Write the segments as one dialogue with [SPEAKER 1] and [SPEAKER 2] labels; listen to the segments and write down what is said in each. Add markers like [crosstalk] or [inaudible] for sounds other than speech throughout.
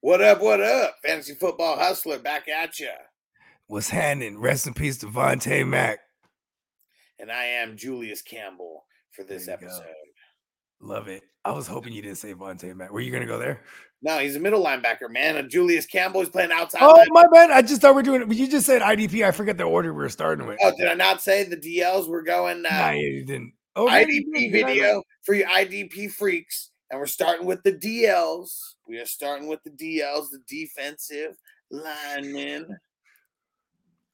[SPEAKER 1] What up? What up? Fantasy football hustler back at ya.
[SPEAKER 2] What's happening? Rest in peace, Devontae Mack.
[SPEAKER 1] And I am Julius Campbell for this
[SPEAKER 2] There you go.
[SPEAKER 1] episode.
[SPEAKER 2] Love it. I was hoping you didn't say Devontae Mack. Were you gonna go there?
[SPEAKER 1] No, he's a middle linebacker, man. And Julius Campbell is playing outside.
[SPEAKER 2] [laughs] Oh
[SPEAKER 1] linebacker.
[SPEAKER 2] my bad. I just thought we are doing it. But you just said IDP. I forget the order we were starting with.
[SPEAKER 1] Oh, did I not say the DLs were going uh,
[SPEAKER 2] Nah, you didn't. Oh, maybe you
[SPEAKER 1] IDP
[SPEAKER 2] did. Did I not?
[SPEAKER 1] video for your IDP freaks? And we're starting with the DLs. We are starting with the DLs, the defensive linemen.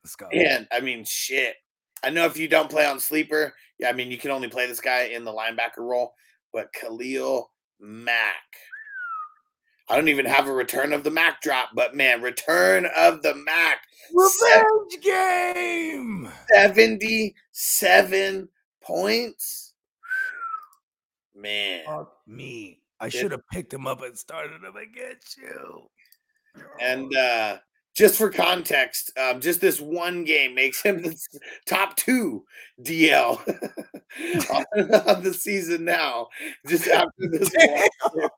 [SPEAKER 2] Let's go.
[SPEAKER 1] And I mean, shit. I know if you don't play on sleeper, yeah, I mean, you can only play this guy in the linebacker role, but Khalil Mack. I don't even have a return of the Mack drop, but man, return of the Mack
[SPEAKER 2] Revenge game.
[SPEAKER 1] 77 points. Man.
[SPEAKER 2] Fuck me. I should have picked him up and started him against you.
[SPEAKER 1] And uh, just for context, um, just this one game makes him the s- top two DL [laughs] on, on the season now. Just after this, one.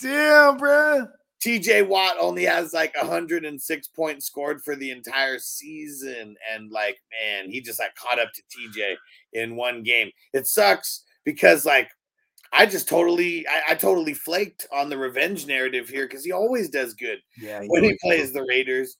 [SPEAKER 2] damn, bruh.
[SPEAKER 1] TJ Watt only has like 106 points scored for the entire season, and like, man, he just like caught up to TJ in one game. It sucks because like. I just totally, I, I totally flaked on the revenge narrative here because he always does good
[SPEAKER 2] Yeah,
[SPEAKER 1] when he
[SPEAKER 2] always-
[SPEAKER 1] plays the
[SPEAKER 2] [sighs]
[SPEAKER 1] Raiders.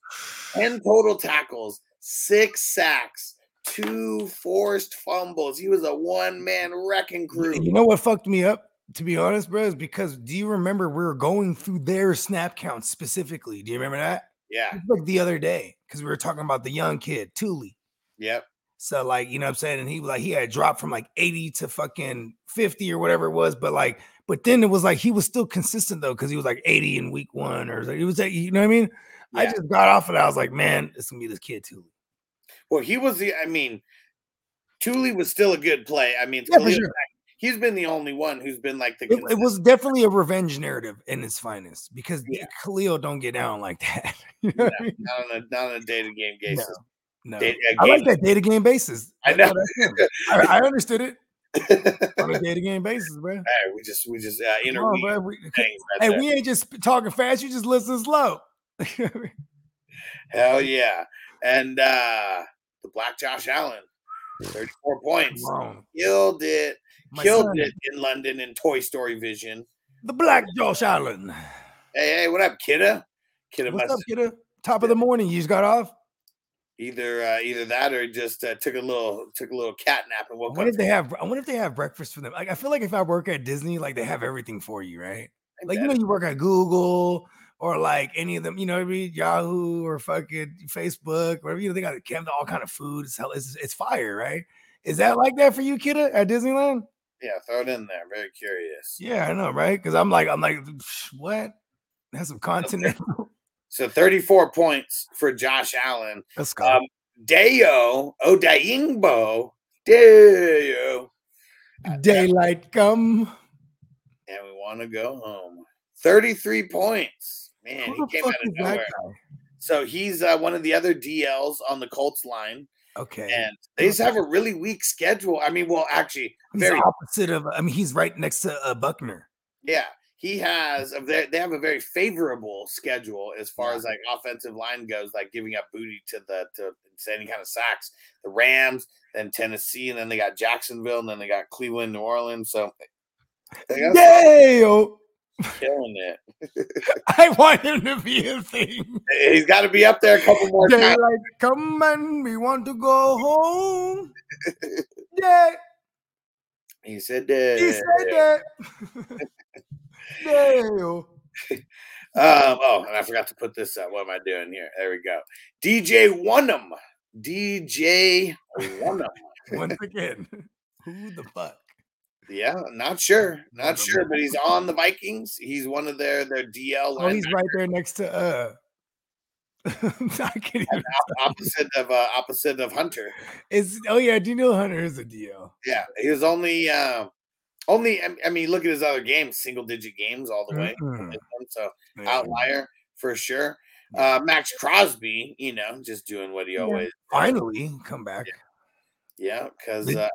[SPEAKER 1] 10 total tackles, six sacks, two forced fumbles. He was a one man wrecking crew.
[SPEAKER 2] You know what fucked me up, to be honest, bro, is because do you remember we were going through their snap counts specifically? Do you remember that?
[SPEAKER 1] Yeah.
[SPEAKER 2] It's Like the other day, because we were talking about the young kid, Thule.
[SPEAKER 1] Yep.
[SPEAKER 2] So, like, you know what I'm saying? And he was like, he had dropped from like 80 to fucking 50 or whatever it was. But like, but then it was like he was still consistent though, because he was like 80 in week one or it was like, you know what I mean? I
[SPEAKER 1] Yeah.
[SPEAKER 2] just got off of that. I was like, man, it's gonna be this kid Thule.
[SPEAKER 1] Well, he was the, I mean, Thule was still a good play. I mean, it's
[SPEAKER 2] Yeah, for
[SPEAKER 1] Khalil-
[SPEAKER 2] sure.
[SPEAKER 1] he's been the only one who's been like the.
[SPEAKER 2] It, it
[SPEAKER 1] consistent-
[SPEAKER 2] was definitely a revenge narrative in its finest because
[SPEAKER 1] Yeah.
[SPEAKER 2] Khalil don't get down like [laughs] that. You know what I mean?
[SPEAKER 1] not on a, not on a day to game basis.
[SPEAKER 2] No.
[SPEAKER 1] Day-
[SPEAKER 2] I
[SPEAKER 1] a
[SPEAKER 2] like
[SPEAKER 1] game-
[SPEAKER 2] that data game basis.
[SPEAKER 1] I
[SPEAKER 2] That's
[SPEAKER 1] [laughs] know.
[SPEAKER 2] what I, said. I, I understood [laughs] it on a data game basis, bro.
[SPEAKER 1] All right, we just we just uh,
[SPEAKER 2] Come on,
[SPEAKER 1] interweave
[SPEAKER 2] bro. We-
[SPEAKER 1] things right
[SPEAKER 2] Hey,
[SPEAKER 1] there.
[SPEAKER 2] we ain't just sp- talking fast. You just listen slow.
[SPEAKER 1] Hell yeah! And uh the Black Josh Allen, thirty-four points,
[SPEAKER 2] Wrong.
[SPEAKER 1] killed it.
[SPEAKER 2] [laughs] My
[SPEAKER 1] killed
[SPEAKER 2] son,
[SPEAKER 1] it in London in Toy Story Vision.
[SPEAKER 2] The black Josh Allen.
[SPEAKER 1] Hey, hey, what up, kidda? Kidda
[SPEAKER 2] What's up,
[SPEAKER 1] must
[SPEAKER 2] kiddo? Top of the morning. You just got off.
[SPEAKER 1] either uh, either that or just uh, took a little took a little cat nap and
[SPEAKER 2] I
[SPEAKER 1] woke up.
[SPEAKER 2] wonder if they have. I wonder if they have breakfast for them. Like I feel like if I work at Disney, like they have everything for you, right?
[SPEAKER 1] I
[SPEAKER 2] Like
[SPEAKER 1] bet.
[SPEAKER 2] you know, you work at Google or like any of them. You know, what I mean? Yahoo or fucking Facebook, whatever. You know, they got they have all kind of food. It's hell. It's, it's fire, right? Is that like that for you, kiddo, at Disneyland?
[SPEAKER 1] yeah, throw it in there. Very curious.
[SPEAKER 2] Yeah, I know, right? Because I'm like, I'm like, what? That's some content.
[SPEAKER 1] So 34 points for Josh Allen.
[SPEAKER 2] Let's go.
[SPEAKER 1] Um, Deo Odayingbo. Deo.
[SPEAKER 2] Uh, Daylight come.
[SPEAKER 1] And we want to go home. 33 points. Man,
[SPEAKER 2] Who
[SPEAKER 1] he
[SPEAKER 2] the
[SPEAKER 1] came out
[SPEAKER 2] fuck
[SPEAKER 1] of
[SPEAKER 2] is that
[SPEAKER 1] nowhere.
[SPEAKER 2] guy?
[SPEAKER 1] So he's uh, one of the other DLs on the Colts line.
[SPEAKER 2] Okay.
[SPEAKER 1] and they just have a really weak schedule. I mean, well, actually,
[SPEAKER 2] he's
[SPEAKER 1] very
[SPEAKER 2] opposite of, I mean, he's right next to uh, Buckner.
[SPEAKER 1] yeah. He has a very, they have a very favorable schedule as far
[SPEAKER 2] Yeah.
[SPEAKER 1] as like offensive line goes, like giving up booty to the to, to any kind of sacks. The Rams, then Tennessee, and then they got Jacksonville, and then they got Cleveland, New Orleans. So they got
[SPEAKER 2] Dale.
[SPEAKER 1] killing it.
[SPEAKER 2] Oh, I want him to be a thing.
[SPEAKER 1] He's got to be up there a couple more times.
[SPEAKER 2] Daylight come and we want to go home. Yeah,
[SPEAKER 1] [laughs] He said that.
[SPEAKER 2] he said
[SPEAKER 1] [laughs]
[SPEAKER 2] that. Oh, Dale.
[SPEAKER 1] Um, oh, and I forgot to put this up. What am I doing here? There we go. DJ Wonham. DJ Wonham.
[SPEAKER 2] Once again, [laughs] who the fuck?
[SPEAKER 1] Yeah, not sure. Not
[SPEAKER 2] Wonham.
[SPEAKER 1] sure, but he's on the Vikings. He's one of their their DL
[SPEAKER 2] Oh, he's
[SPEAKER 1] linemen,
[SPEAKER 2] right there next to uh. [laughs] I can't even.
[SPEAKER 1] opposite of uh, opposite of Hunter.
[SPEAKER 2] Is oh yeah, Daniel Hunter is a DL.
[SPEAKER 1] Yeah, he was only uh, only. I I mean, look at his other games, single digit games all the way.
[SPEAKER 2] Mm-mm.
[SPEAKER 1] So
[SPEAKER 2] Mm-hmm. Yeah.
[SPEAKER 1] outlier for sure. Uh, Max Crosby, you know, just doing what he
[SPEAKER 2] Yeah.
[SPEAKER 1] always.
[SPEAKER 2] Finally, come back.
[SPEAKER 1] Yeah, because
[SPEAKER 2] Did-
[SPEAKER 1] uh,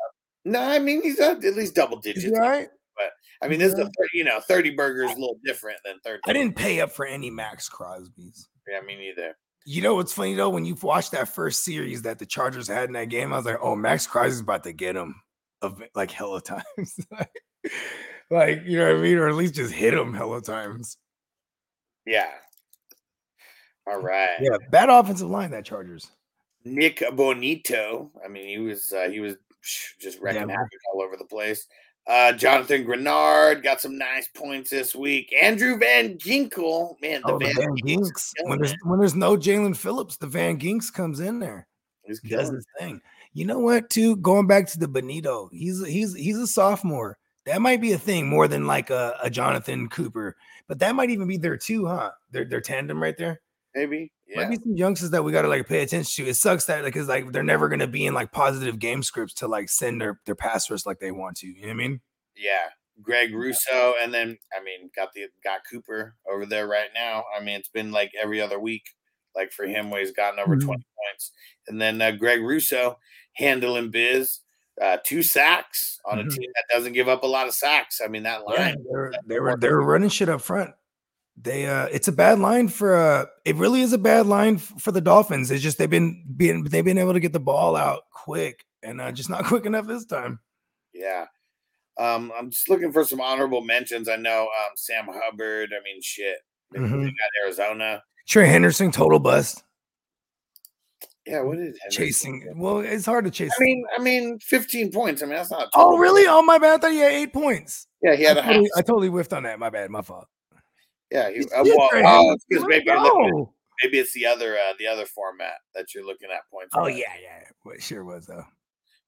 [SPEAKER 1] no, I mean he's at at least double
[SPEAKER 2] Is
[SPEAKER 1] digits.
[SPEAKER 2] he all right?
[SPEAKER 1] but I mean, this is a 30, you know thirty burgers a little different than thirty.
[SPEAKER 2] I didn't pay up for any Max Crosby's.
[SPEAKER 1] Yeah, me neither.
[SPEAKER 2] You know what's funny though? When you watched that first series that the Chargers had in that game, I was like, "Oh, Max Crosby's about to get him of like hella times." [laughs] like you know what I mean, or at least just hit him hella times.
[SPEAKER 1] Yeah. All right.
[SPEAKER 2] Yeah, bad offensive line that Chargers.
[SPEAKER 1] Nick Bonito. I mean, he was uh, he was just wrecking
[SPEAKER 2] Yeah.
[SPEAKER 1] havoc all over the place. Uh, Jonathan Grenard got some nice points this week. Andrew Van Ginkle, man, the
[SPEAKER 2] Oh, the
[SPEAKER 1] Van,
[SPEAKER 2] Van
[SPEAKER 1] Ginkel's
[SPEAKER 2] Ginks.
[SPEAKER 1] killing
[SPEAKER 2] When there's
[SPEAKER 1] it.
[SPEAKER 2] when there's no Jalen Phillips, the Van Ginks comes in there.
[SPEAKER 1] He's
[SPEAKER 2] He does
[SPEAKER 1] killing it.
[SPEAKER 2] his thing. You know what? Too going back to the Benito, he's he's he's a sophomore. That might be a thing more than like a, a Jonathan Cooper, but that might even be their two, huh? Their their tandem right there.
[SPEAKER 1] Maybe, yeah.
[SPEAKER 2] Might be some youngsters that we gotta like pay attention to. It sucks that because like they're never gonna be in like positive game scripts to like send their their passers like they want to. You know what I mean?
[SPEAKER 1] Yeah. Greg Russo, and then I mean, got the got Cooper over there right now. I mean, it's been like every other week, like for him where he's gotten over
[SPEAKER 2] Mhm.
[SPEAKER 1] twenty points, and then uh, Greg Russo handling biz, uh, two sacks on a
[SPEAKER 2] Mhm.
[SPEAKER 1] team that doesn't give up a lot of sacks. I mean, that
[SPEAKER 2] Yeah,
[SPEAKER 1] line,
[SPEAKER 2] they were they were they were running shit up front. They uh it's a bad line for uh it really is a bad line f- for the Dolphins. It's just they've been being they've been able to get the ball out quick and uh just not [laughs] quick enough this time.
[SPEAKER 1] yeah. Um, I'm just looking for some honorable mentions. I know um, Sam Hubbard. I mean, shit, they
[SPEAKER 2] Mhm.
[SPEAKER 1] got Arizona.
[SPEAKER 2] Trey Henderson total bust
[SPEAKER 1] Yeah, what is Henderson
[SPEAKER 2] chasing.
[SPEAKER 1] do?
[SPEAKER 2] Well, it's hard to chase.
[SPEAKER 1] I mean, I mean, fifteen points. I mean, that's not.
[SPEAKER 2] oh
[SPEAKER 1] total.
[SPEAKER 2] really? Oh my bad. I thought he had eight points.
[SPEAKER 1] Yeah, he
[SPEAKER 2] I
[SPEAKER 1] had a half.
[SPEAKER 2] totally, I totally whiffed on that. My bad. My fault.
[SPEAKER 1] Yeah, he,
[SPEAKER 2] Shit,
[SPEAKER 1] uh, well,
[SPEAKER 2] [laughs] Trey
[SPEAKER 1] oh,
[SPEAKER 2] Henderson,
[SPEAKER 1] excuse
[SPEAKER 2] let's
[SPEAKER 1] me, maybe, you're looking at-
[SPEAKER 2] go.
[SPEAKER 1] maybe it's the other uh, the other format that you're looking at points.
[SPEAKER 2] Oh
[SPEAKER 1] wise.
[SPEAKER 2] yeah, yeah. Well, it sure was though.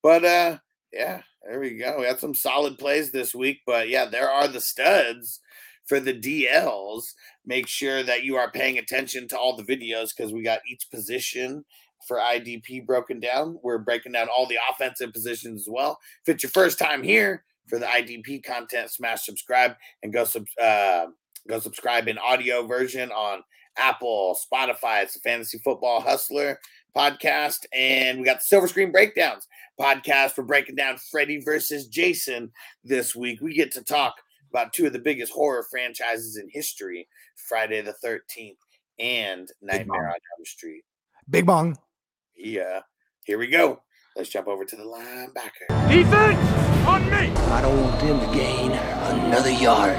[SPEAKER 1] but uh, yeah, there we go. We had some solid plays this week, but yeah, there are the studs for the DLs. Make sure that you are paying attention to all the videos because we got each position for IDP broken down. We're breaking down all the offensive positions as well. If it's your first time here for the IDP content, smash subscribe and go sub uh, go subscribe in audio version on Apple, Spotify. It's the Fantasy Football Hustler podcast, and we got the Silver Screen Breakdowns podcast. We're breaking down Freddy versus Jason this week. We get to talk about two of the biggest horror franchises in history: Friday the Thirteenth and Nightmare on Elm Street.
[SPEAKER 2] Big bong.
[SPEAKER 1] Yeah, uh, here we go. Let's jump over to the linebacker.
[SPEAKER 3] Defense on me.
[SPEAKER 4] I don't want them to gain another yard.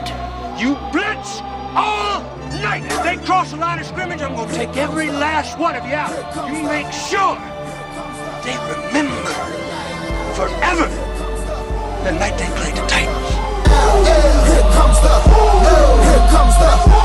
[SPEAKER 3] You blitz all night. If they cross the line of scrimmage, I'm gonna take every last one of you out. You make sure
[SPEAKER 4] They remember forever the night they played the Titans.
[SPEAKER 5] Here comes the, here comes the,